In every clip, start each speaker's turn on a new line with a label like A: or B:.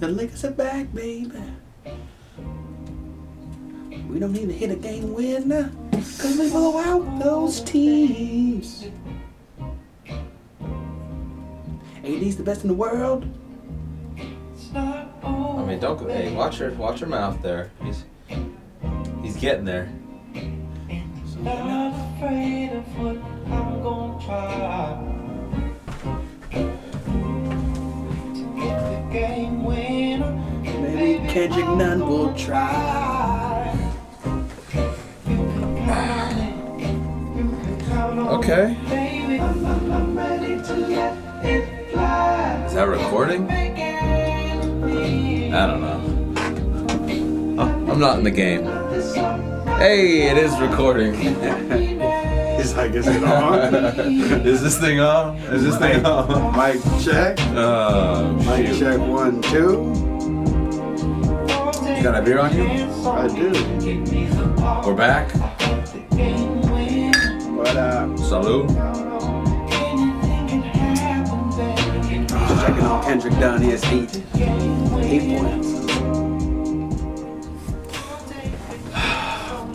A: The Lakers are back, baby. We don't need to hit a game winner because we blow out those teams. AD's the best in the world.
B: I mean, don't go. Hey, watch your watch your mouth there. He's he's getting there.
C: Not afraid of what I'm gonna try to get the game winner.
A: Maybe Kendrick Nunn will try.
B: Okay.
C: Baby, I'm, I'm, I'm ready to let it fly.
B: Is that recording?
C: Making me
B: I don't know. Oh, I'm not in the game. Hey, it is recording.
D: He's like, is it on?
B: is this thing on? Is this thing on?
D: Mic check.
B: Oh,
D: Mic
B: shoot.
D: check one, two.
B: You got a beer on you?
D: I do.
B: We're back.
D: What up?
B: Salute.
A: Checking on Kendrick Dunn. He has eight, eight points.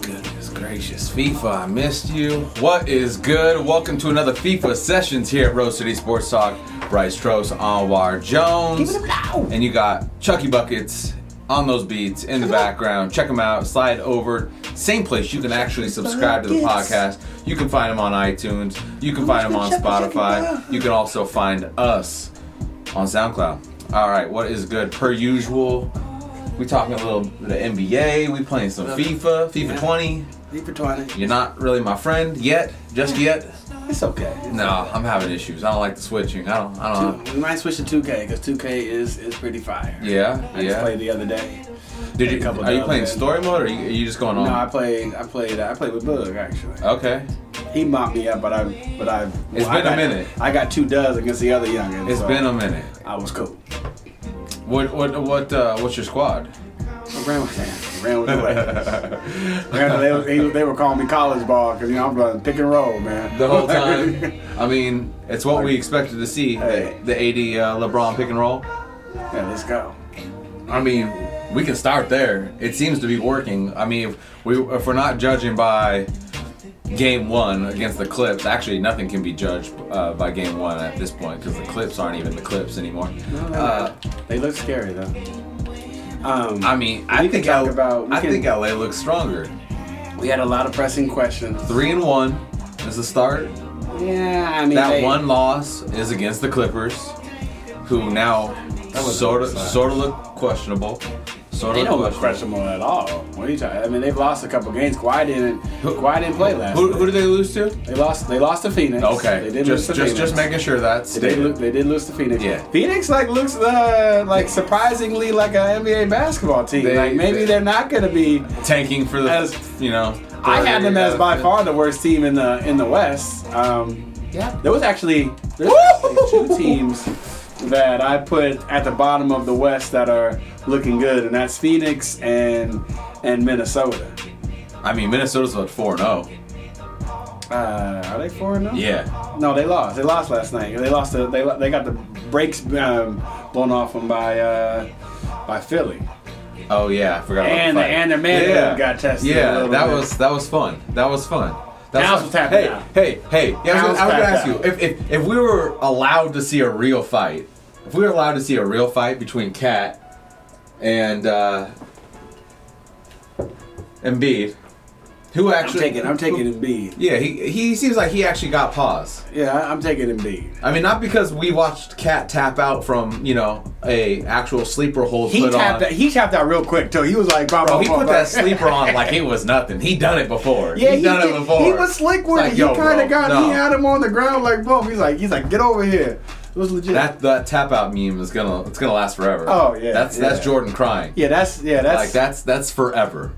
B: Goodness gracious, FIFA, I missed you. What is good? Welcome to another FIFA Sessions here at Rose City Sports Talk. Bryce Trost, Anwar Jones,
A: Give it up loud.
B: and you got Chucky Buckets on those beats in the background. Check them out. Slide over. Same place you can actually subscribe to the podcast. You can find them on iTunes. You can find them on Spotify. You can also find us on SoundCloud. All right, what is good? Per usual, we talking a little bit of NBA. We playing some FIFA, FIFA 20.
A: Eight for 20.
B: You're not really my friend yet, just yet. It's okay. No, I'm having issues. I don't like the switching. I don't. I don't.
A: Two- We might switch to 2K because 2K is, is pretty fire.
B: Yeah,
A: I just
B: yeah.
A: played the other day.
B: Did
A: a
B: you,
A: couple
B: are you
A: dubs
B: playing
A: in.
B: story mode or are you, are you just going on?
A: No, I played. I played. I played with Bug actually.
B: Okay.
A: He mopped me up, but I, but I.
B: Uh, It's
A: I
B: been a
A: got-
B: minute.
A: I got two does against the other youngin.
B: It's
A: so
B: been a minute.
A: I was cool.
B: What what what uh, what's your squad?
A: I ran with them. Ran with the legs. ran, they, was- they, was- they were calling me college ball because you know I'm running pick and roll, man.
B: The whole time. I mean, it's what we expected to see. The,
A: Hey.
B: the 80 uh, LeBron pick and roll.
A: yeah, let's go.
B: I mean, we can start there. It seems to be working. I mean, if, we, if we're not judging by game one against the Clips, actually, nothing can be judged uh, by game one at this point because the Clips aren't even the Clips anymore. Uh,
A: They look scary though. Um,
B: I mean, I
A: We can
B: think
A: talk
B: L-
A: about- we
B: I
A: can-
B: think LA looks stronger.
A: we had a lot of pressing questions.
B: Three and one is the start.
A: Yeah, I mean
B: That
A: they-
B: one loss is against the Clippers, who now sort of sort of look questionable. Sort
A: They
B: of
A: don't look questionable at all. What are you talking? I mean, they've lost a couple games. Kawhi didn't. Kawhi didn't play last.
B: Who,
A: night.
B: who do they lose to?
A: They lost. They lost to Phoenix.
B: Okay,
A: They did
B: just
A: lose to
B: just
A: Phoenix.
B: just making sure that's
A: They did, lo- they did lose to Phoenix.
B: Yeah.
A: Phoenix like looks uh, like surprisingly like an NBA basketball team.
B: They-
A: like maybe
B: they-
A: they, are not going to be.
B: tanking for the
A: As-
B: you know.
A: I had them as by
B: third-
A: far the worst team in the in the West. Um,
B: Yeah.
A: there was actually there's actually two teams that I put at the bottom of the West that are looking good, and that's Phoenix and and Minnesota.
B: I mean, Minnesota's about four and zero.
A: Uh, are they four and zero?
B: Yeah,
A: No, they lost. They lost last night. They lost. The, they they got the brakes um, blown off them by uh, by Philly.
B: oh yeah, I forgot. about
A: And
B: the
A: the-
B: fight.
A: and the manhood got tested a
B: Yeah,
A: little
B: that
A: bit.
B: was that was fun. That was fun. That's
A: House
B: fun.
A: was tapping
B: hey,
A: out.
B: hey, hey, yeah, I
A: House
B: was, gonna, I was
A: tapped
B: gonna ask you if, if if we were allowed to see a real fight, if we were allowed to see a real fight between Cat and uh, Embiid, who
A: I'm
B: actually?
A: taking. I'm taking
B: who-
A: Embiid.
B: Yeah, he he seems like he actually got paused.
A: Yeah, I- I'm taking Embiid.
B: I mean, not because we watched Cat tap out from you know a actual sleeper hold
A: He
B: put
A: tapped.
B: on.
A: Out, he tapped out real quick too. He was like, "Bro,
B: uh, Bro, Oh, he put that sleeper on like it was nothing. He done it before.
A: Yeah,
B: he,
A: he,
B: done
A: did,
B: it before.
A: he was slick with
B: Like,
A: it. He
B: yo,
A: kind
B: bro,
A: of got. He
B: no.
A: had him on the ground like, boom. He's like, he's like, get over here. It was legit.
B: That that tap out meme is gonna it's gonna last forever.
A: Oh, yeah,
B: that's that's
A: yeah.
B: Jordan crying.
A: yeah, that's yeah, that's
B: like that's that's forever.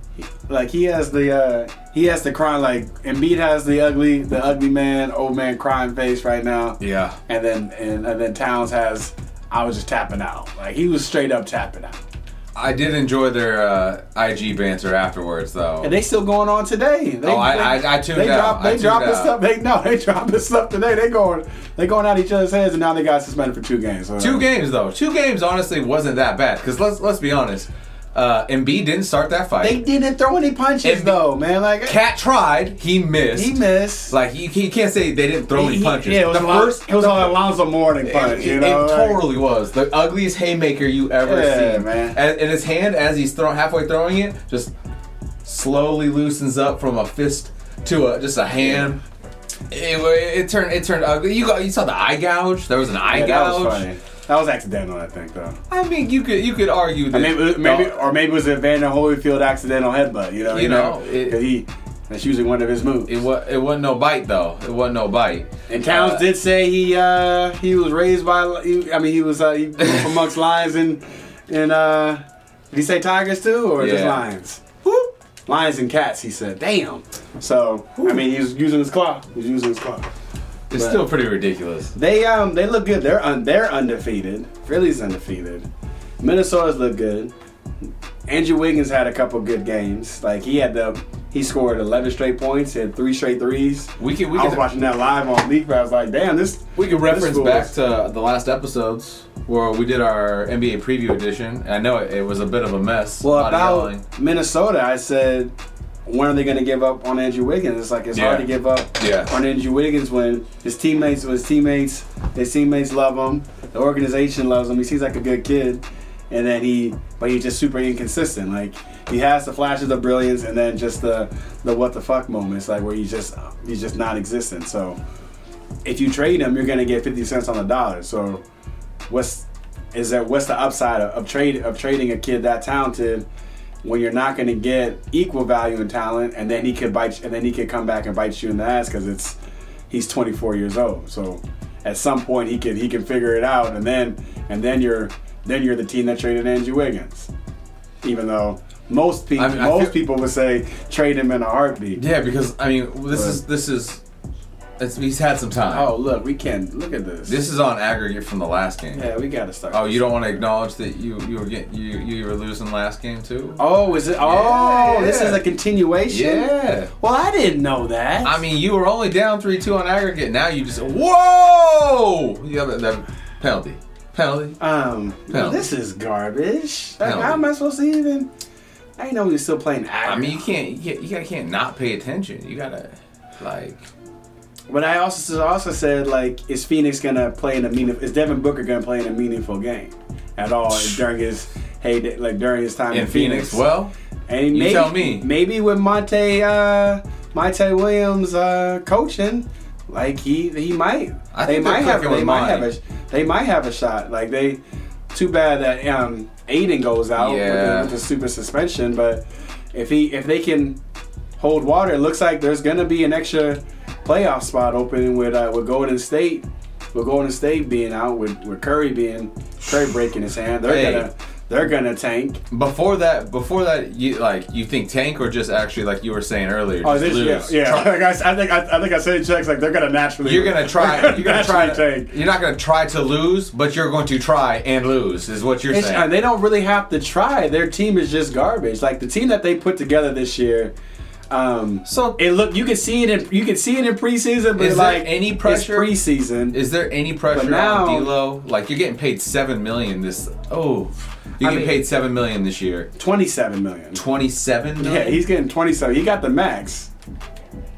A: Like he has the uh he has the crying like Embiid has the ugly the ugly man old man crying face right now.
B: Yeah,
A: And then and, and then Towns has I was just tapping out. Like he was straight up tapping out.
B: I did enjoy their uh, IG banter afterwards, though.
A: And they still going on today. They,
B: Oh, I- I- I tuned
A: they
B: out.
A: Drop,
B: I
A: they
B: tuned
A: dropping
B: out.
A: stuff. They no, they dropping stuff today. They going, they going at each other's heads, and now they got suspended for two games. So-
B: Two games though. Two games honestly wasn't that bad because let's let's be honest. Uh, Embiid didn't start that
A: They
B: fight.
A: didn't throw any punches
B: And-
A: though, man. Like
B: Cat tried. He missed.
A: he missed.
B: Like you, you can't say they didn't throw any
A: He-
B: punches.
A: Yeah, it was
B: the
A: a lot-
B: first
A: It was an Alonzo Mourning
B: It-
A: punch.
B: It,
A: you know,
B: it
A: like-
B: totally was the ugliest haymaker you ever
A: Yeah,
B: seen.
A: man.
B: And, and his hand, as he's throw, halfway throwing it, just slowly loosens up from a fist to a just a hand. It, it turned it turned ugly. You got you saw the eye gouge. There was an eye
A: Yeah, that was
B: gouge.
A: funny. That was accidental, I think, though.
B: I mean, you could you could argue that
A: I mean, maybe or maybe it was a Vander Holyfield accidental headbutt. You know,
B: You know, it-
A: 'Cause he that's usually one of his moves.
B: It was it wasn't no bite though. It wasn't no bite.
A: and Towns
B: uh,
A: did say he uh, he was raised by. he- I mean, he was uh, he grew up amongst lions and and uh, did he say tigers too, or just
B: Yeah.
A: lions? Whoop. Lions and cats, he said. Damn. So I mean, he was using his claw. He was using his claw.
B: It's still pretty ridiculous.
A: They um they look good. They're un- they're undefeated. Philly's undefeated. Minnesota's look good. Andrew Wiggins had a couple good games. Like he had the he scored 11 straight points, had three straight threes.
B: We can we
A: I was
B: can
A: watching that live on Leaf. where I was like, damn, this.
B: we can
A: this
B: reference
A: school
B: back
A: is-
B: to the last episodes where we did our NBA preview edition. I know it, it was a bit of a mess. a
A: Well,
B: lot of yelling.
A: about Minnesota, I said, when are they going to give up on Andrew Wiggins? It's like it's
B: Yeah.
A: hard to give up
B: Yeah.
A: on Andrew Wiggins when his teammates, his teammates, his teammates love him. The organization loves him. He seems like a good kid, and then he, but he's just super inconsistent. Like he has the flashes of brilliance, and then just the the what the fuck moments, like where he's just he's just non-existent. So if you trade him, you're gonna get fifty cents on the dollar. So what's is that what's the upside of, of trade of trading a kid that talented when you're not going to get equal value and talent, and then he could bite, you- and then he could come back and bite you in the ass because it's he's 24 years old. So at some point he can he can figure it out, and then and then you're then you're the team that traded Andrew Wiggins, even though most people
B: I mean, I
A: most
B: feel-
A: people would say trade him in a heartbeat.
B: Yeah, because I mean this
A: But-
B: is this is it's, he's had some time.
A: Oh look, we can look at this.
B: This is on aggregate from the last game.
A: yeah, we got to start.
B: Oh, you don't want to acknowledge that you you were getting, you you were losing last game too?
A: Oh, is it? Oh,
B: Yeah.
A: this is a continuation.
B: yeah.
A: Well, I didn't know that.
B: I mean, you were only down three two on aggregate. Now you just whoa! Yeah, that, that penalty, penalty.
A: Um,
B: No.
A: this is garbage. Like,
B: No.
A: how am I supposed to even? I didn't know we were still playing aggregate.
B: I mean, you can't you can't, you gotta- can't not pay attention. You gotta like
A: but I also also said like, is Phoenix gonna play in a meaningful? Is Devin Booker gonna play in a meaningful game at all during his hey like during his time in,
B: in Phoenix. Well,
A: and
B: you
A: maybe,
B: tell me.
A: Maybe with Monte uh, Monte Williams uh, coaching, like he he might.
B: I
A: they
B: think they're
A: might have
B: cooking
A: they
B: with
A: might have
B: Monte.
A: a they might have a shot. Like they. Too bad that um, Aiden goes out with,
B: Yeah.
A: the, with the super suspension, but if he if they can hold water, it looks like there's gonna be an extra playoff spot open with uh, with Golden State. With Golden State being out, with, with Curry being Curry breaking his hand, they're
B: Hey.
A: gonna they're gonna tank.
B: before that, before that, you like you think tank or just actually like you were saying earlier,
A: Oh,
B: just
A: this
B: lose.
A: yeah, yeah.
B: Try-
A: Like I, I think I, I think I said checks like they're gonna naturally.
B: You're gonna try. You're gonna try. To,
A: Naturally tank.
B: you're not gonna try to lose, but you're going to try and lose. Is what you're
A: It's-
B: saying.
A: and they don't really have to try. Their team is just garbage. Like the team that they put together this year. Um,
B: So-
A: it look you can see it in you can see it in preseason, but
B: Is there
A: like
B: any pressure?
A: It's preseason.
B: Is there any pressure
A: now-
B: on D'Lo? Like you're getting paid seven million this. Oh, you
A: I
B: get
A: mean-
B: paid seven million this year.
A: Twenty-seven million.
B: Twenty-seven million.
A: Yeah, he's getting twenty-seven. He got the max.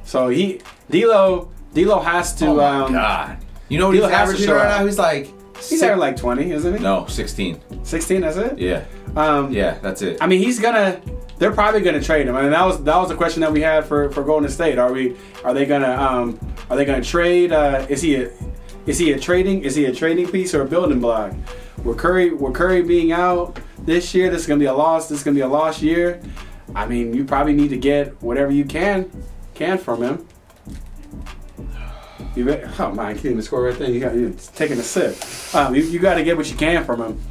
A: So he D'Lo D'Lo has to.
B: Oh my
A: um,
B: god. You know what he's
A: D'Lo has to
B: averaging
A: show
B: right
A: up.
B: now? He's like.
A: He's
B: six-
A: there like twenty, isn't he?
B: No, sixteen.
A: sixteen. That's it.
B: Yeah,
A: Um,
B: yeah, that's it.
A: I mean, he's gonna. They're probably gonna trade him. I mean, that was that was the question that we had for for Golden State. Are we? Are they gonna? Um, are they gonna trade? Uh, is he a? Is he a trading? Is he a trading piece or a building block? With Curry, with Curry being out this year, this is gonna be a loss. This is gonna be a lost year. I mean, you probably need to get whatever you can can from him. You bet, oh my, I can't even score right there. You got you're taking a sip. Um, you, you got to get what you can from him.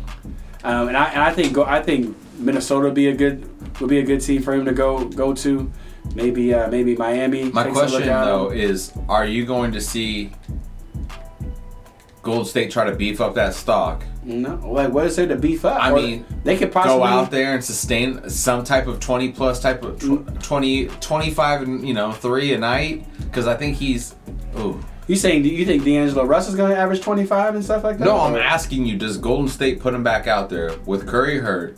A: Um, and I, and I think go, I think Minnesota would be a good would be a good team for him to go go to. Maybe uh, maybe Miami.
B: My
A: takes a look
B: question
A: at him.
B: though is, are you going to see Gold State try to beef up that stock,
A: No, like what is there to beef up?
B: I
A: Or
B: mean,
A: they could possibly
B: go out there and sustain some type of 20 plus type of
A: Mm.
B: tw- 20, 25 and you know three a night because I think he's. Ooh.
A: You saying do you think D'Angelo Russell's going to average twenty five and stuff like that?
B: No, I'm
A: Or-
B: asking you, does Golden State put him back out there with Curry hurt,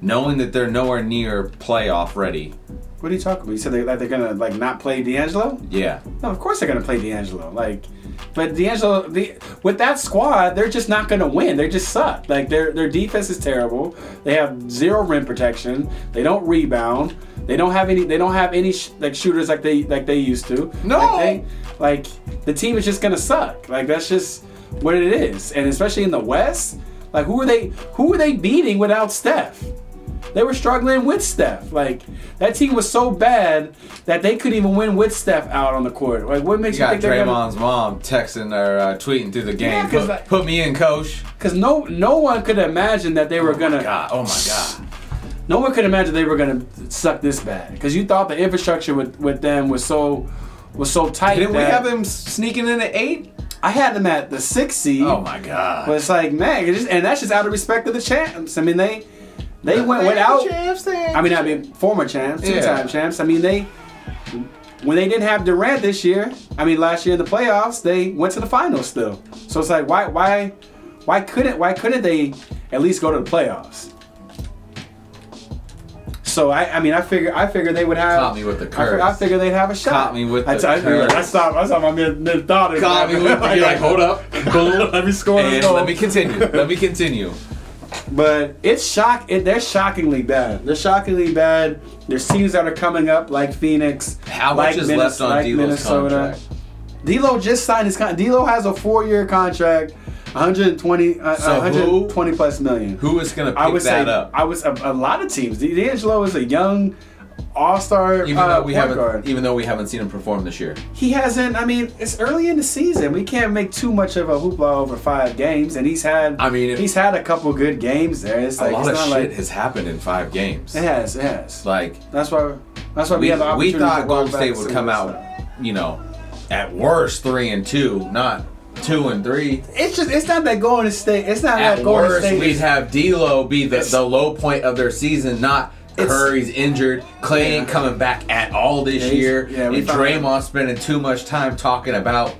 B: knowing that they're nowhere near playoff ready?
A: What are you talking about? You said they, that they're going to like not play D'Angelo?
B: Yeah.
A: No, of course they're going to play D'Angelo. Like, but D'Angelo, the, with that squad, they're just not going to win. They just suck. Like their their defense is terrible. They have zero rim protection. They don't rebound. They don't have any. They don't have any sh- like shooters like they like they used to.
B: No.
A: Like, they, like the team is just going to suck. Like that's just what it is. And especially in the West, like who are they? Who are they beating without Steph? They were struggling with Steph. Like that team was so bad that they couldn't even win with Steph out on the court. Like what makes
B: You
A: you,
B: got
A: think they're gonna?
B: Draymond's mom texting or uh, tweeting through the game.
A: Yeah, 'cause
B: put,
A: like-
B: put me in, coach.
A: Because no, no one could imagine that they were gonna.
B: God, oh my God.
A: No one could imagine they were gonna suck this bad. Because you thought the infrastructure with, with them was so was so tight.
B: Didn't we
A: that-
B: have him sneaking in at eight?
A: I had them at the six seed.
B: Oh my God.
A: But it's like man, it's just, and that's just out of respect of the champs. I mean they they went without. I mean, I mean, former champs,
B: Yeah.
A: two-time champs. I mean, they when they didn't have Durant this year, I mean, last year in the playoffs, they went to the finals still. So it's like, why, why, why couldn't, why couldn't they at least go to the playoffs? So I, I mean, I figure, I figure they would have.
B: Caught me with the
A: I, fig- I
B: curse.
A: figure they'd have a shot.
B: Caught me with
A: I,
B: the
A: I, figured- I
B: curse.
A: stopped. I stopped my mid, mid thought.
B: God, we would be like, hold up. Boom.
A: Let me score. this
B: And
A: goal.
B: let me continue. Let me continue.
A: But it's shock. It, they're shockingly bad. They're shockingly bad. There's teams that are coming up like Phoenix.
B: How
A: like
B: much is
A: Minnes-
B: left on
A: like
B: D'Lo's
A: Minnesota.
B: contract?
A: D'Lo just signed his contract. D'Lo has a four-year contract, 120, uh,
B: So who-
A: 120 plus million.
B: Who is going to pick
A: I would
B: that
A: say
B: up?
A: I was a, a lot of teams. D'Angelo is a young all-star
B: even
A: uh,
B: though we
A: point
B: haven't,
A: guard.
B: even though we haven't seen him perform this year.
A: He hasn't. I mean, it's early in the season. We can't make too much of a hoopla over five games, and he's had.
B: I mean, if-
A: he's had a couple good games there. It's
B: A
A: like
B: lot
A: it's
B: of
A: not
B: shit
A: like
B: has happened in five games.
A: It has, it has.
B: Like
A: that's why, that's why we,
B: we,
A: have the
B: we
A: opportunity.
B: thought
A: to
B: Golden
A: walk back
B: State
A: to
B: would
A: see
B: come
A: what's
B: out,
A: up.
B: you know, at worst three and two, not two and three.
A: It's just, it's not that Golden State. It's not
B: At
A: that Golden
B: worst,
A: State.
B: we'd
A: is-
B: have D'Lo be the,
A: It's-
B: the low point of their season, not
A: It's-
B: Curry's injured, Clay ain't coming back at all this
A: Yeah, he's-
B: year,
A: yeah, we
B: and
A: found
B: Draymond spending too much time talking about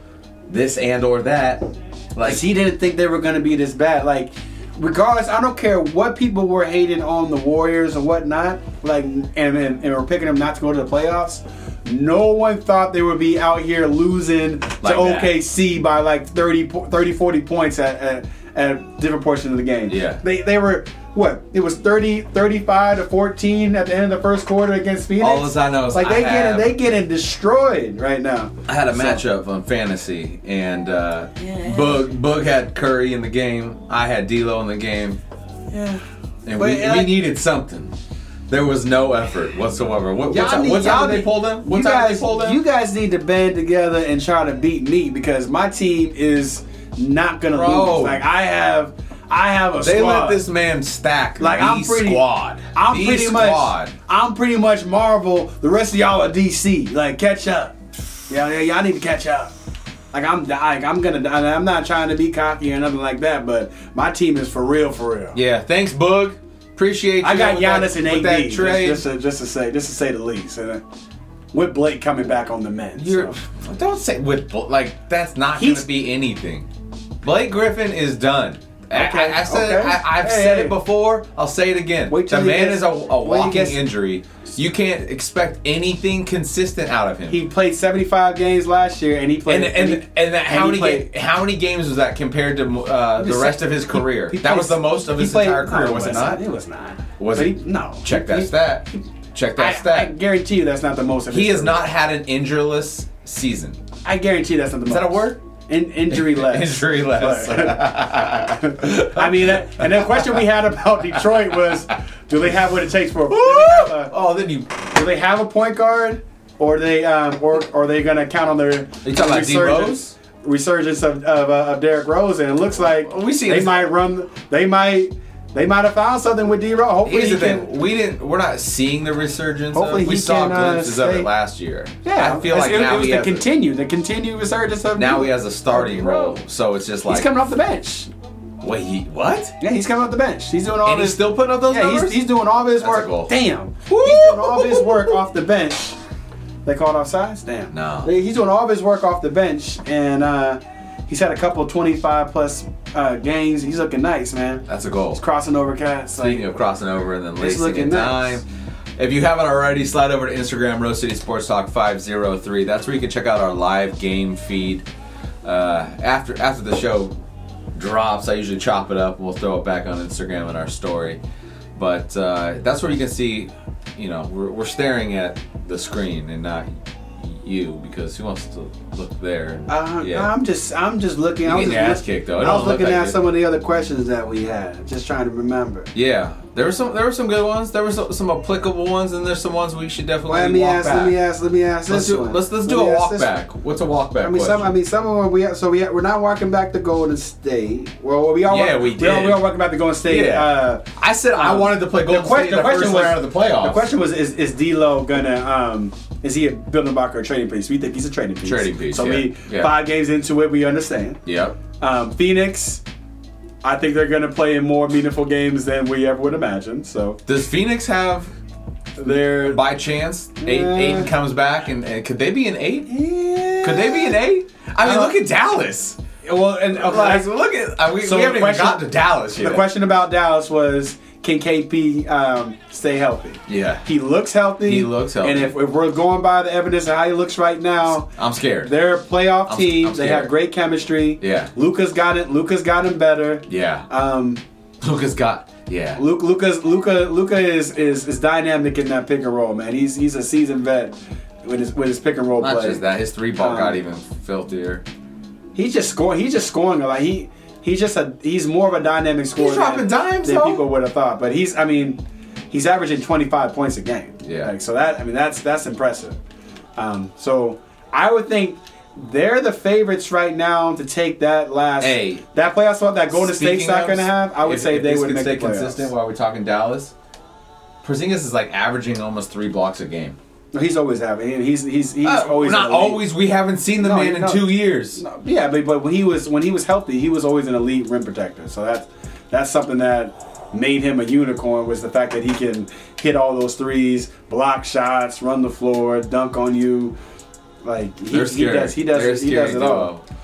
B: this and or that. Like
A: Like he didn't think they were going to be this bad. Like, regardless, I don't care what people were hating on the Warriors and whatnot. Like, and and, and were picking them not to go to the playoffs. No one thought they would be out here losing
B: Like
A: to
B: that.
A: OKC by like 30, po- 30 40 points at, at, at different portions of the game.
B: Yeah.
A: They, they were, what, it was 30, 35 to 14 at the end of the first quarter against Phoenix.
B: All as I know is
A: like they
B: I
A: getting
B: have-
A: they getting destroyed right now.
B: I had a matchup on fantasy, and uh, Boog Boog had Curry in the game. I had D'Lo in the game,
A: Yeah.
B: and
A: But,
B: we,
A: uh,
B: we needed something. There was no effort whatsoever. What, what, time,
A: need-
B: what time did they
A: need-
B: pull them? What
A: you
B: time did
A: guys,
B: they pull them?
A: You guys need to band together and try to beat me because my team is not gonna
B: Bro.
A: lose. Like I have, I have a
B: they
A: squad.
B: let this man stack
A: like
B: the
A: I'm pretty
B: squad.
A: I'm
B: The
A: pretty
B: squad.
A: much. I'm pretty much Marvel. The rest of y'all are DC. Like catch up. Yeah, yeah, y'all need to catch up. Like I'm, like I'm gonna. I'm not trying to be cocky or nothing like that, but my team is for real, for real.
B: Yeah, thanks, Boog. Appreciate you.
A: I got
B: with that-
A: Giannis and
B: with
A: AD.
B: that
A: just-
B: trade.
A: Just, to, just to say, just to say the least. And, uh, with Blake coming back on the men,
B: You're,
A: so.
B: don't say with Bl- like that's not going
A: He's-
B: to be anything. Blake Griffin is done. I-
A: Okay,
B: I, I said it,
A: okay.
B: I, have
A: Hey,
B: said
A: hey.
B: it before. I'll say it again.
A: Wait till
B: the
A: he
B: man
A: gets-
B: is a, a
A: when he
B: walking
A: gets-
B: injury. You can't expect anything consistent out of him.
A: he played 75 games last year, and he played
B: and and
A: he-
B: and, that, how
A: he
B: many
A: played-
B: ga- how many games was that compared to uh, the
A: He
B: rest
A: said-
B: of his career?
A: he
B: that was
A: played-
B: the most of
A: he
B: his
A: played-
B: entire
A: no,
B: career, was it not?
A: It was not.
B: Was
A: But
B: it?
A: He, no.
B: Check that
A: He-
B: stat. Check
A: I,
B: that stat.
A: I guarantee you that's not the most. Of
B: he
A: his
B: has
A: career.
B: not had an injureless season.
A: I guarantee that's not the
B: Is
A: most.
B: that a word?
A: In, injury less.
B: Injury less.
A: I mean, that, and the question we had about Detroit was, do they have what it takes for? do they have a- uh,
B: oh, then you
A: Do they have a point guard, or they um, or, or are they going to count on their
B: You talking about D.
A: resurgence, resurgence of of, uh, of Derrick Rose? And it looks like
B: Well, we seen
A: they
B: this-
A: might run. They might They might have found something with D Rock. Hopefully,
B: Here's
A: he
B: the
A: can,
B: thing: we didn't. We're not seeing the resurgence.
A: Hopefully
B: of, we
A: he
B: saw
A: can, uh,
B: glimpses of
A: stay-
B: it last year.
A: yeah,
B: I feel
A: it's-
B: like
A: it,
B: now
A: it was
B: he
A: the
B: has a,
A: continue, the continued resurgence of
B: now
A: D-
B: he has a starting role, so it's just like
A: He's coming off the bench.
B: wait, he, what?
A: Yeah, he's coming off the bench. He's doing all
B: And
A: this.
B: he's still putting up those
A: yeah, he's,
B: numbers.
A: he's doing all his
B: That's a
A: work.
B: goal.
A: Damn, he's doing all his work off the bench. They called offsides. Damn.
B: No.
A: They- He's doing all of his work off the bench, and uh, he's had a couple 25 plus uh, games. He's looking nice, man.
B: That's a goal.
A: He's crossing over cats. Like,
B: Speaking of crossing over and then lacing
A: looking
B: in
A: nice.
B: time. If you haven't already, slide over to Instagram, Rose City Sports Talk 503. That's where you can check out our live game feed. Uh, after after the show drops, I usually chop it up. We'll throw it back on Instagram in our story. But uh, that's where you can see, you know, we're, we're staring at the screen and not you because who wants to look there?
A: Uh, I'm just, I'm just looking. I
B: You
A: was
B: getting
A: just
B: your ass
A: look-
B: kicked, though. It
A: I was
B: don't look
A: looking
B: like
A: at
B: it.
A: some of the other questions that we had, just trying to remember.
B: Yeah, there were some there were some good ones. There were some, some applicable ones, and there's some ones we should definitely
A: let me
B: walk
A: ask.
B: back.
A: Let me ask. Let me ask
B: Let's
A: this
B: do
A: one.
B: let's let's
A: Let
B: do
A: me
B: a
A: ask
B: walk
A: this
B: back. What's a walk back?
A: I mean, some. I
B: question?
A: mean, some of them we so we we're not walking back to Golden State. Well, we all
B: Yeah,
A: walk-
B: we
A: We all,
B: did.
A: we all walking back to Golden State.
B: Yeah.
A: Uh,
B: I said I wanted to play Golden
A: que-
B: State in the, first round of the playoffs.
A: The question was: Is is D'Lo gonna? Um, is he a building block or a trading piece? We think he's a trading piece.
B: Trading piece,
A: So
B: yeah.
A: we
B: Yeah.
A: five games into it, we understand.
B: Yep.
A: Um, Phoenix, I think they're gonna play in more meaningful games than we ever would imagine. So
B: Does Phoenix have
A: they're.
B: by chance eight
A: Uh,
B: eight comes back and, and could they be an eight? Could
A: Could
B: they be an eight? I mean,
A: Uh,
B: look at Dallas.
A: Well, and uh,
B: Like, look at I- we,
A: So
B: we
A: the
B: haven't even
A: question-
B: got to Dallas yet.
A: The question about Dallas was can KP um, stay healthy?
B: Yeah.
A: He looks healthy.
B: He looks healthy.
A: And if, if we're going by the evidence of how he looks right now,
B: I'm scared.
A: they're a playoff
B: I'm-
A: team.
B: I'm
A: they have
B: scared.
A: great chemistry.
B: Yeah.
A: Luca's got it. Luca's got him better.
B: yeah.
A: Um,
B: Luca's got yeah.
A: Luke, Luca's Luca Luca is, is is dynamic in that pick and roll, man. He's he's a seasoned vet with his with his pick and roll
B: Not
A: play.
B: just that, his three ball
A: Um,
B: got even filthier.
A: He's just scoring. He's just scoring a lot. He he's just a he's more of a dynamic scorer.
B: dropping
A: than,
B: dimes,
A: than
B: though.
A: people would have thought. But he's I mean, he's averaging 25 points a game.
B: Yeah.
A: Like so that I mean that's that's impressive. Um, so I would think they're the favorites right now to take that last
B: Hey.
A: that playoff spot that Golden State's
B: Speaking
A: not
B: of,
A: going to have. I would
B: if-
A: say
B: if
A: they
B: this
A: would
B: can
A: make
B: stay
A: the playoffs.
B: consistent while we're talking Dallas. Porzingis is like averaging almost three blocks a game.
A: No, he's always having. He's he's he's
B: Uh,
A: always
B: not
A: elite.
B: always. We haven't seen the
A: No,
B: man in
A: no.
B: two years.
A: No, yeah, but, but when he was when he was healthy, he was always an elite rim protector. So that's that's something that made him a unicorn was the fact that he can hit all those threes, block shots, run the floor, dunk on you. Like he,
B: They're
A: he
B: scary.
A: does he does
B: They're
A: he does
B: scary
A: it all.
B: duo.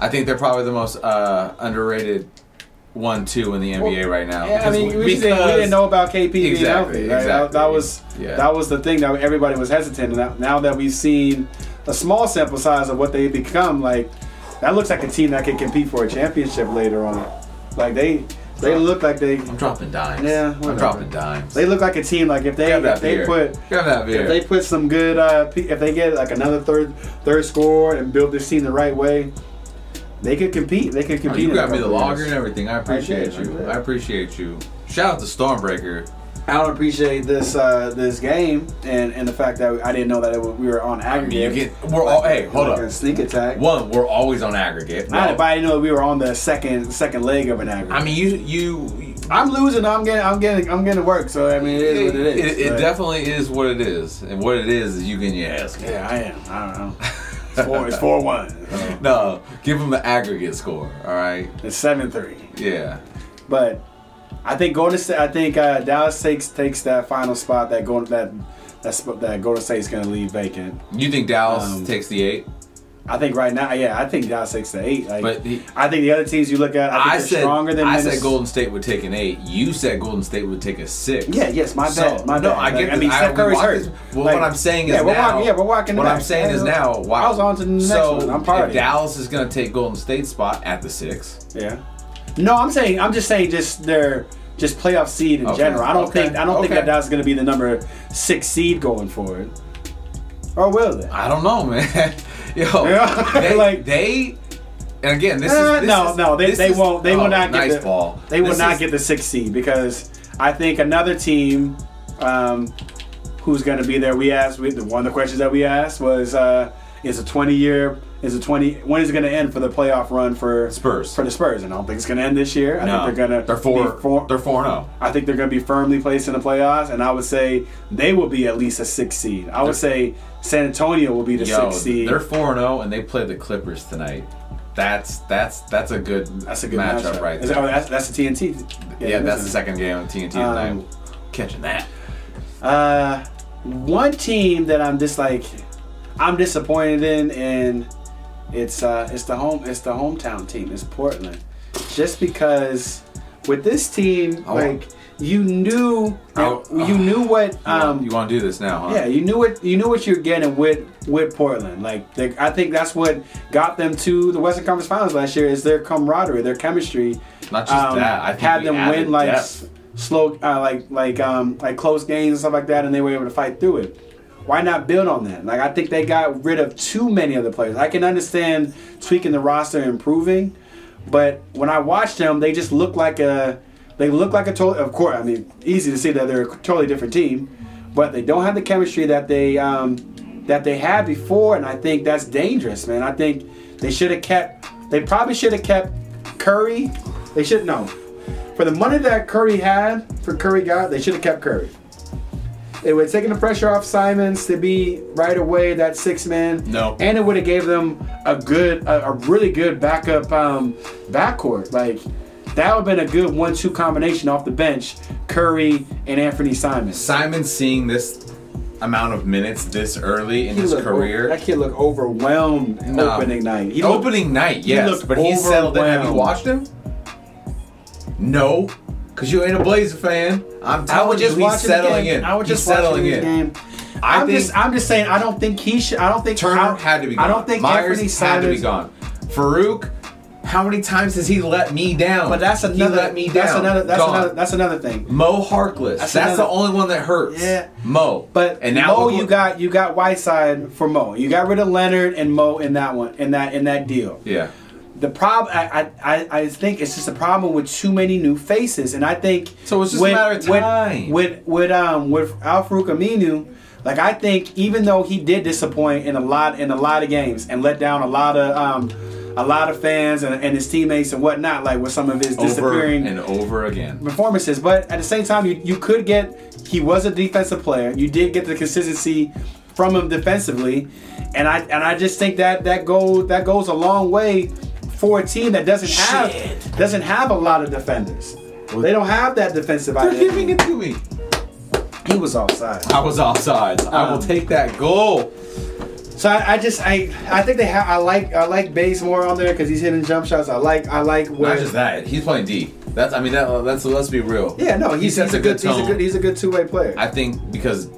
B: I think they're probably the most uh, underrated one-two in the NBA right now.
A: Yeah, I
B: Because-
A: mean, we, just didn't, we
B: because-
A: didn't know about KP being
B: Exactly,
A: healthy. right? That,
B: exactly.
A: that was
B: Yeah.
A: that was the thing that everybody was hesitant. And now- now that we've seen a small sample size of what they become, like that looks like a team that can compete for a championship later on. Like they they look like they
B: I'm dropping dimes.
A: Yeah,
B: I'm
A: whatever.
B: dropping dimes.
A: they look like a team. Like if they
B: Grab
A: if
B: that
A: they
B: beer.
A: put
B: Grab that beer.
A: if they put some good uh, pe- if they get like another third third score and build this team the right way, they could compete. They could
B: Oh,
A: compete.
B: you
A: in a
B: got me the
A: couple years.
B: logger and everything. I appreciate
A: did, I
B: you.
A: did.
B: I appreciate you. Shout out to Stormbreaker.
A: I don't appreciate this uh, this game and, and the fact that I didn't know that it was, we were on
B: I
A: aggregate.
B: mean, you get. We're all. Hey, hold
A: like
B: up.
A: a sneak attack.
B: One, we're always on aggregate.
A: I didn't- but I didn't know that we were on the second second leg of an aggregate.
B: I mean, you you.
A: I'm losing. I'm getting. I'm getting. I'm getting work. So I mean, it is what it is.
B: It, it
A: but-
B: definitely is what it is, and what it is is you getting your ass kicked.
A: Yeah, I am. I don't know. It's four. It's four one. So
B: No, give them the aggregate score. All right.
A: it's seven three.
B: Yeah.
A: But I think Golden State. I think uh, Dallas takes takes that final spot that going that that sp- that Golden State's going to leave vacant.
B: You think Dallas
A: Um,
B: takes the eight?
A: I think right now, yeah, I think Dallas takes the eight. Like,
B: But the-
A: I think the other teams you look at, I think
B: I
A: they're
B: said
A: stronger than
B: I
A: Minnes-
B: said Golden State would take an eight. You said Golden State would take a six.
A: Yeah, yes, my
B: So,
A: bad. my
B: no,
A: bad.
B: I get.
A: I
B: this.
A: mean, Steph
B: we
A: Curry's
B: walked
A: hurt.
B: this- Well,
A: Like,
B: what I'm saying is
A: yeah, we're
B: now.
A: walking- yeah, we're walking it
B: What I'm
A: back.
B: saying is
A: Yeah,
B: now. Wow.
A: I was on to the next
B: so
A: one. I'm partying.
B: if Dallas is going to take Golden State's spot at the six,
A: yeah. No, I'm saying, I'm just saying, just their just playoff seed in
B: Okay,
A: general. I don't
B: okay,
A: think, I don't think
B: okay.
A: that Dallas is going to be the number six seed going forward. Or will they?
B: I don't know, man. Yo,
A: Yeah,
B: they,
A: like-
B: like they. And again, this
A: Uh,
B: is this
A: no,
B: is-
A: no, they,
B: this
A: they
B: is-
A: won't. They
B: oh,
A: will not get
B: nice
A: the
B: ball.
A: They will
B: This
A: not
B: is-
A: get the six seed because I think another team um, who's going to be there. We asked we, one of the questions that we asked was uh, It's a 20 year. It's a 20. When is it going to end for the playoff run for
B: Spurs.
A: For the Spurs, and I don't think it's going to end this year. I
B: no,
A: think they're going to.
B: They're four. They're four and oh. zero.
A: I think they're going to be firmly placed in the playoffs, and I would say they will be at least a six seed. I would say San Antonio will be the
B: Yo,
A: six seed.
B: they're four and zero, and they play the Clippers tonight. That's that's that's a good
A: That's a good
B: matchup, right
A: Is
B: there.
A: that- oh, that's, that's the TNT.
B: yeah, that's the second game on TNT tonight.
A: Um,
B: Catching that.
A: Uh, one team that I'm just like, I'm disappointed in, and it's uh, it's the home it's the hometown team. It's Portland, just because with this team,
B: I want-
A: like you knew
B: I-
A: you knew what
B: Oh. You,
A: um,
B: want, you want to do this now, huh?
A: yeah, you knew what you knew what you're getting with with Portland. Like they, I think that's what got them to the Western Conference Finals last year is their camaraderie, their chemistry. um,
B: Not just that, I think
A: had
B: we
A: them
B: added
A: win like
B: depth.
A: s- slow, uh, like like um like close games and stuff like that, and they were able to fight through it. Why not build on that? Like I think they got rid of too many other players. I can understand tweaking the roster, and improving, but when I watch them, they just look like a they look like a totally. Of course, I mean, easy to see that they're a totally different team, but they don't have the chemistry that they um, that they had before, and I think that's dangerous, man. I think they should have kept. They probably should have kept Curry. They should no. For the money that Curry had, for Curry got, they should have kept Curry. It would have taken the pressure off Simons to be right away that six man.
B: No.
A: And it would have gave them a good, a, a really good backup um, backcourt. Like that would have been a good one-two combination off the bench, Curry and Anthony Simons.
B: Simon seeing this amount of minutes this early in
A: He
B: his
A: looked-
B: career.
A: that kid looked overwhelmed
B: Nah.
A: opening night. He looked-
B: opening night, yes,
A: looked
B: but he settled in. Have you
A: overwhelmed.
B: watched him? No, because you ain't a Blazer fan. I'm
A: I
B: telling
A: was just
B: you, he's
A: watching the
B: settling
A: game.
B: in.
A: I was just
B: he's settling
A: watching the
B: in.
A: game.
B: I
A: I'm
B: think
A: just, I'm just saying, I don't think he should. I don't think
B: Turner
A: I,
B: had to be gone.
A: I don't think
B: Myers
A: Anthony
B: had
A: Simons
B: to be gone. Farouk, how many times has he let me down?
A: But that's another.
B: He let me down.
A: That's another. That's
B: Gone.
A: another. That's another thing.
B: Mo Harkless. That's,
A: That's
B: the
A: another-
B: only one that hurts.
A: Yeah.
B: Mo.
A: But
B: and now
A: Mo,
B: look-
A: you got you got Whiteside for Mo. You got rid of Leonard and Mo in that one in that in that deal.
B: yeah.
A: The problem, I, I- I, I think it's just a problem with too many new faces, and I think
B: So it's just a matter of time.
A: With with, with um with Al Farouk Aminu, like I think even though he did disappoint in a lot in a lot of games and let down a lot of um a lot of fans and, and his teammates and whatnot, like with some of his
B: Over
A: disappearing
B: and over again.
A: performances. But at the same time, you, you could get he was a defensive player. You did get the consistency from him defensively, and I and I just think that that go that goes a long way for a team that doesn't have doesn't have a lot of defenders. They don't have that defensive
B: They're
A: identity.
B: giving it to me.
A: He was offside.
B: I was offsides. I will
A: Um,
B: take that goal.
A: So I, I just I I think they have I like I like Bays more on there because he's hitting jump shots. I like I like where
B: Not just that. He's playing D. That's I mean that, that's let's be real.
A: yeah no he's,
B: sets
A: he's a good, he's a
B: tone.
A: good he's a good two way player.
B: I think because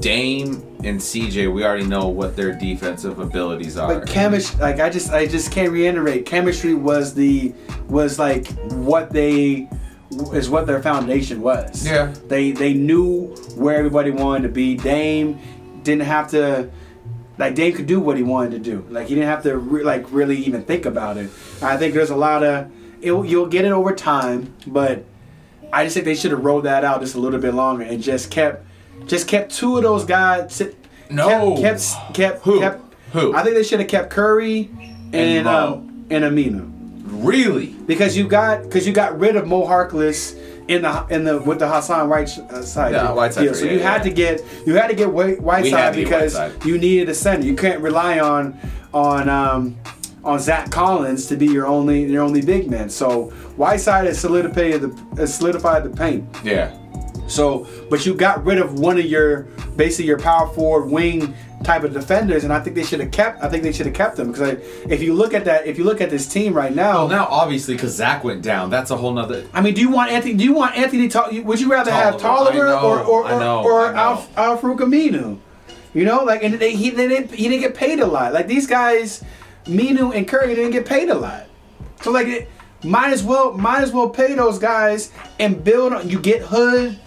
B: Dame and CJ, we already know what their defensive abilities are.
A: But chemistry, like I just, I just can't reiterate. Chemistry was the, was like what they, is what their foundation was.
B: Yeah.
A: They they knew where everybody wanted to be. Dame didn't have to, like Dame could do what he wanted to do. Like he didn't have to re- like really even think about it. I think there's a lot of, it, you'll get it over time, but I just think they should have rolled that out just a little bit longer and just kept, just kept two of those guys. sit-
B: No.
A: Kept kept, kept
B: Who?
A: kept-
B: Who?
A: I think they should have kept Curry and
B: And
A: and,
B: Mo.
A: um, and Aminu
B: really,
A: because you got because you got rid of Mo Harkless in the in the with the Hassan White uh, side.
B: Yeah, Whiteside,
A: deal. So
B: yeah,
A: you
B: yeah.
A: had to get you had to get White,
B: had
A: Whiteside
B: to get
A: because
B: Whiteside.
A: you needed a center. You can't rely on on um, on Zach Collins to be your only your only big man. So Whiteside has solidified the has solidified the paint.
B: yeah.
A: So, but you got rid of one of your basically your power forward wing type of defenders, and I think they should have kept. I think they should have kept them because I, if you look at that, if you look at this team right now,
B: Well, now obviously because Zach went down, that's a whole nother.
A: I mean, do you want Anthony? Do you want Anthony? Ta- you- would you rather have Tolliver
B: Tolliver. I know,
A: or or or,
B: I know,
A: or
B: I know.
A: Alf, Alfred Aminu? You know, like and they, he they didn't he didn't get paid a lot. Like these guys, Minu and Curry didn't get paid a lot. So like, it, might as well might as well pay those guys and build. on You get Hood,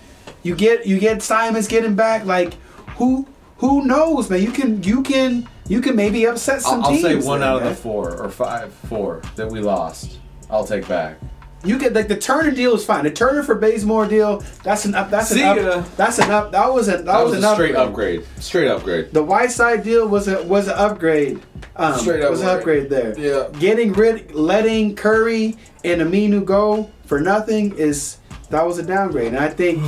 A: you get you get Simons getting back. Like who who knows, man? You can you can you can maybe upset some
B: I'll, I'll
A: teams.
B: say one
A: there,
B: out of
A: man.
B: the four or five, four that we lost. I'll take back.
A: You get like the Turner deal is fine. The Turner for Bazemore deal, that's an up. That's
B: See
A: an
B: ya.
A: up. That's an up. That was a that,
B: That
A: was,
B: was
A: an
B: a straight upgrade. Straight upgrade.
A: The Whiteside deal was a was an upgrade. Um,
B: Straight up
A: was an upgrade
B: upgrade.
A: there.
B: Yeah.
A: Getting rid, letting Curry and Aminu go for nothing is that was a downgrade. And I think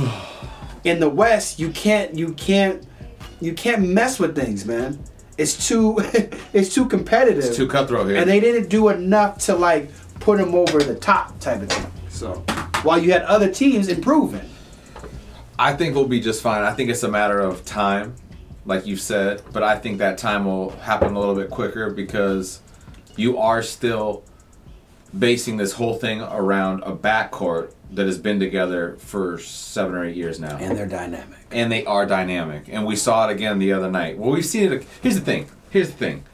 A: in the West, you can't you can't you can't mess with things, man. It's too it's too competitive.
B: It's too cutthroat here.
A: and they didn't do enough to like put them over the top type of thing. So while you had other teams improving,
B: I think we'll be just fine. I think it's a matter of time, like you've said, but I think that time will happen a little bit quicker because you are still basing this whole thing around a backcourt that has been together for seven or eight years now.
A: and they're dynamic.
B: and they are dynamic. And we saw it again the other night. Well, we've seen it. Here's the thing. Here's the thing.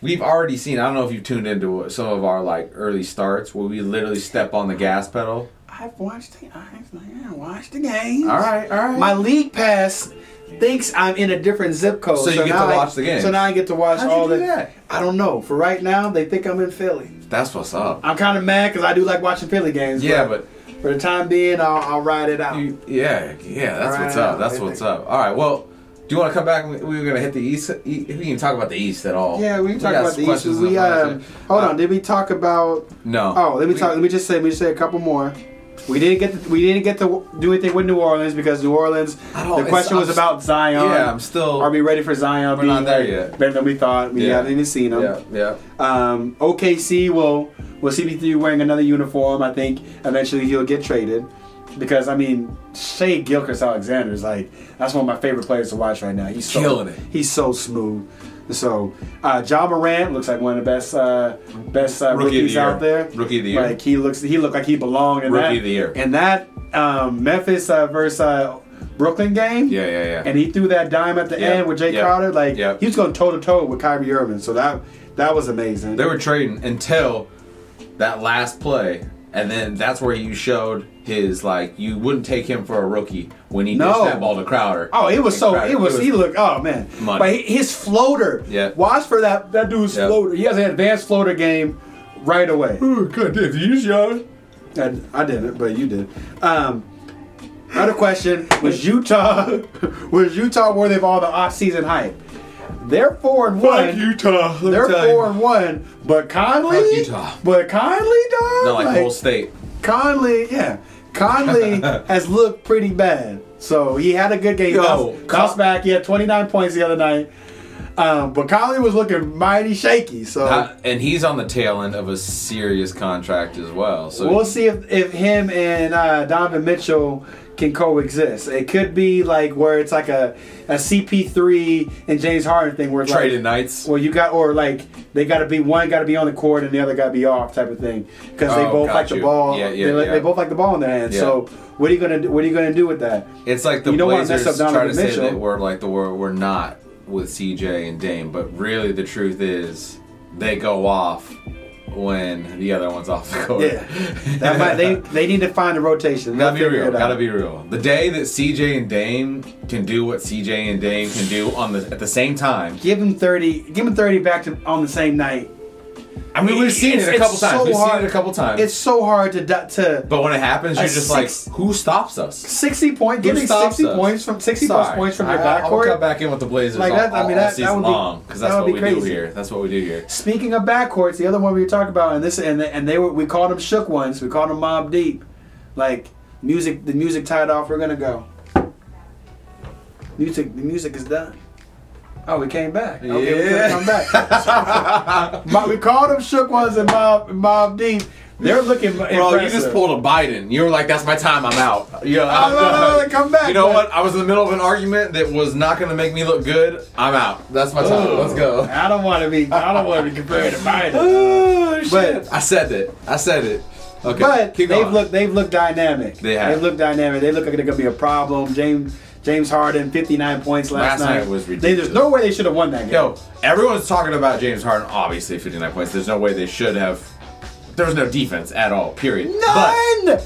B: We've already seen. I don't know if you've tuned into some of our like early starts where we literally step on the gas pedal.
A: I've watched the I've I watched the games.
B: All right, all right.
A: My league pass thinks I'm in a different zip code.
B: So you get
A: now
B: to
A: I-
B: watch the games.
A: So now I get to watch
B: How'd you
A: all
B: do
A: the-
B: that?
A: I don't know. For right now, they think I'm in Philly.
B: That's what's up.
A: I'm kind of mad because I do like watching Philly games.
B: Yeah, but
A: for the time being, I'll, I'll ride it out.
B: You, yeah, yeah, that's
A: Alright,
B: what's up. That's
A: I
B: what's
A: think-
B: up. All right, well, do you want to come back? We we were gonna hit the east. e- We can talk about the east at all.
A: yeah, we can talk
B: got
A: about
B: some
A: the East.
B: questions
A: We
B: about
A: um,
B: that.
A: hold
B: Uh,
A: on. Did we talk about?
B: No.
A: Oh, let me
B: We-
A: talk. Let me just say. Let me just say a couple more. We didn't get. To, we didn't get to do anything with New Orleans because New Orleans.
B: I don't-
A: The question
B: it's-
A: was
B: I'm-
A: about Zion.
B: Yeah, I'm still.
A: Are we ready for Zion?
B: We're
A: being
B: not there yet.
A: Better than we thought. We
B: Yeah.
A: haven't even seen him.
B: Yeah, yeah.
A: Um, OKC will will CP3 wearing another uniform. I think eventually he'll get traded because I mean Shea Gilchrist Alexander is like that's one of my favorite players to watch right now. He's so,
B: Killing it.
A: He's so smooth. So uh, John Morant looks like one of the best uh, best uh,
B: Rookie of the
A: rookies
B: year.
A: out there.
B: Rookie of the year.
A: Like he looks he looked like he belonged in
B: Rookie
A: that.
B: of the year.
A: And that um, Memphis uh, versus uh, Brooklyn game.
B: Yeah, yeah, yeah.
A: And he threw that dime at the
B: Yeah,
A: end with Jay
B: yeah,
A: Crowder. Like
B: yeah.
A: he was going toe to toe with Kyrie Irving. So that that was amazing.
B: They were trading until that last play, and then that's where you showed his like you wouldn't take him for a rookie when he
A: No.
B: dished that ball to Crowder.
A: Oh, it was
B: And
A: so.
B: Crowder-
A: It was, He looked. Oh man.
B: Money.
A: But he- his floater.
B: Yeah.
A: Watch for that. That dude's
B: Yeah.
A: floater. He has an advanced floater game right away.
B: Ooh, good. If you shot,
A: I, I didn't, but you did. Um, another question was Utah. was Utah worthy of all the off-season hype? They're four and one.
B: Utah.
A: They're four and one, but Conley,
B: Fuck Utah.
A: but Conley, dog,
B: Not like, whole state.
A: Conley, yeah. Conley has looked pretty bad. So he had a good game.
B: Yo,
A: Bounced- bounced
B: Con-
A: back. He had 29 points the other night. Um, but Conley was looking mighty shaky. So
B: Uh, and he's on the tail end of a serious contract as well. So
A: we'll see if, if him and uh, Donovan Mitchell can coexist. It could be like where it's like a, a CP3 and James Harden thing where it's
B: trading
A: like,
B: nights.
A: well, you got or like they got to be one got to be on the court and the other got to be off type of thing because they
B: Oh,
A: both
B: got
A: like the
B: you.
A: ball.
B: Yeah, yeah,
A: they, like-
B: yeah.
A: they both like the ball in their hands.
B: Yeah.
A: So what are you gonna do? What are you gonna do with that?
B: It's like the
A: You don't wanna
B: Blazers
A: mess up
B: try
A: Donovan
B: to say
A: Mitchell.
B: that we're like the we're, we're not with CJ and Dame, but really the truth is they go off when the other one's off the court.
A: Yeah, that might, they they need to find a rotation.
B: Gotta be
A: They'll figure
B: real.
A: it out.
B: Gotta be real. The day that CJ and Dame can do what CJ and Dame can do on the at the same time.
A: Give him thirty. Give him thirty back to on the same night.
B: I mean, we've seen
A: It's-
B: it a
A: it's
B: couple times.
A: so
B: we've
A: hard.
B: seen it a couple times.
A: It's so hard to du- to
B: but when it happens,
A: a
B: you're just
A: six-
B: like, who stops us?
A: sixty point. Getting
B: stops
A: sixty
B: us?
A: points from sixty plus
B: Sorry.
A: points from
B: I,
A: your
B: I'll cut
A: backcourt.
B: back in with the Blazers
A: Like
B: all,
A: that- I
B: all-
A: mean,
B: all
A: that- that
B: season
A: would be-
B: long because that's
A: that would
B: what
A: be
B: we do
A: crazy.
B: here. That's what we do here.
A: Speaking of backcourts, the other one we were talking about, and this and the, and they were we called them shook ones. We called them mob deep. Like music, the music tied off. We're gonna go. Music, the music is done. Oh, we came back. Okay, we're
B: Yeah.
A: gonna come back. Mo- we called them shook ones and mob mob deep. They're looking Bro,
B: Bro,
A: impressive.
B: you just pulled a Biden. You were like, "That's my time. I'm out." Yeah,
A: no, no, no, come back,
B: You know
A: man.
B: what? I was in the middle of an argument that was not going to make me look good. I'm out. That's my time. Let's go.
A: I don't want to be. I don't want to be compared to Biden.
B: Oh shit!
A: But-
B: I said it. I said it. Okay,
A: But
B: keep
A: they've
B: going.
A: looked they've looked dynamic.
B: They have.
A: They've looked dynamic. They look like they're gonna be a problem. James James Harden, fifty nine points last,
B: Last night was
A: They, there's no way they should have won that game.
B: Yo, everyone's talking about James Harden. Obviously, 59 points. There's no way they should have. There was no defense at all. Period. But
A: none.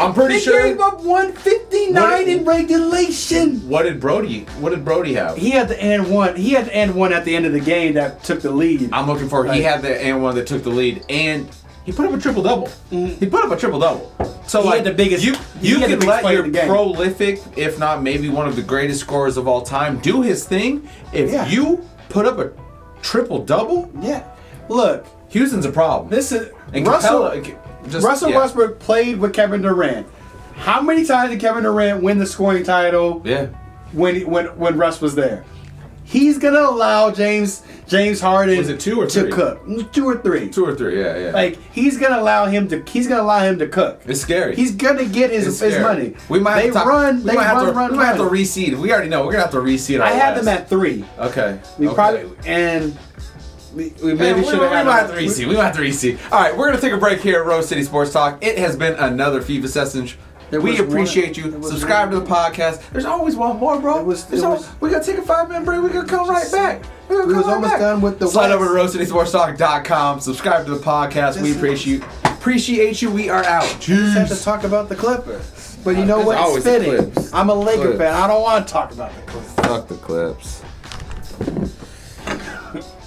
B: I'm pretty
A: they
B: sure-
A: gave up one fifty
B: What-
A: nine in regulation.
B: what did Brody? What did Brody have?
A: He had the end one. He had the end one at the end of the game that took the lead.
B: I'm looking for.
A: Like-
B: he had the and one that took the lead, and He put up a triple double. He put up a triple double. So
A: Mm. He
B: like
A: had the biggest-
B: you
A: he
B: you
A: had the
B: can
A: biggest
B: let
A: player
B: your
A: in the game.
B: prolific, if not maybe one of the greatest scorers of all time, do his thing. If
A: Yeah.
B: you put up a triple double,
A: Yeah. Look,
B: Houston's a problem.
A: this is
B: And
A: Russell.
B: Capella, just-
A: Russell
B: yeah.
A: Westbrook played with Kevin Durant. How many times did Kevin Durant win the scoring title
B: Yeah.
A: when he- when when Russ was there? He's gonna allow James James Harden
B: Was it two or
A: to
B: three?
A: cook two or three.
B: Two or three, yeah, yeah.
A: Like he's gonna allow him to he's gonna allow him to cook.
B: it's scary.
A: He's gonna get his,
B: It's
A: his
B: scary.
A: money.
B: We might
A: they
B: have to talk-
A: run.
B: We
A: They
B: might have
A: run,
B: to,
A: run,
B: we might have to
A: run.
B: reseed. We already know. We're gonna have to reseed. Our
A: I had them
B: last.
A: at three.
B: Okay.
A: We
B: okay.
A: probably and we, we
B: Yeah,
A: maybe
B: we,
A: should
B: we might
A: had
B: have to reseed. We might have to reseed. All right, we're gonna take a break here at Rose City Sports Talk. It has been another FIFA session.
A: There
B: we
A: was one-
B: appreciate
A: there
B: you.
A: was
B: Subscribe
A: one-
B: to the podcast. There's always one more, bro.
A: There was-
B: There's
A: there
B: always-
A: was-
B: we gotta take a five minute break. We gonna come right back. We gonna
A: we
B: come
A: was
B: right
A: almost
B: back.
A: done with the
B: slide
A: West.
B: over to roadcitysportstalk.com. Subscribe to the podcast. We
A: This is-
B: appreciate you. Appreciate you. We are out.
A: just
B: Cheers.
A: had to talk about the Clippers. But you know
B: There's
A: what?
B: Uh, always
A: It's
B: the
A: fitting.
B: Clips.
A: I'm a Laker
B: Clips.
A: fan. I don't want to talk about the Clippers.
B: Fuck the clips.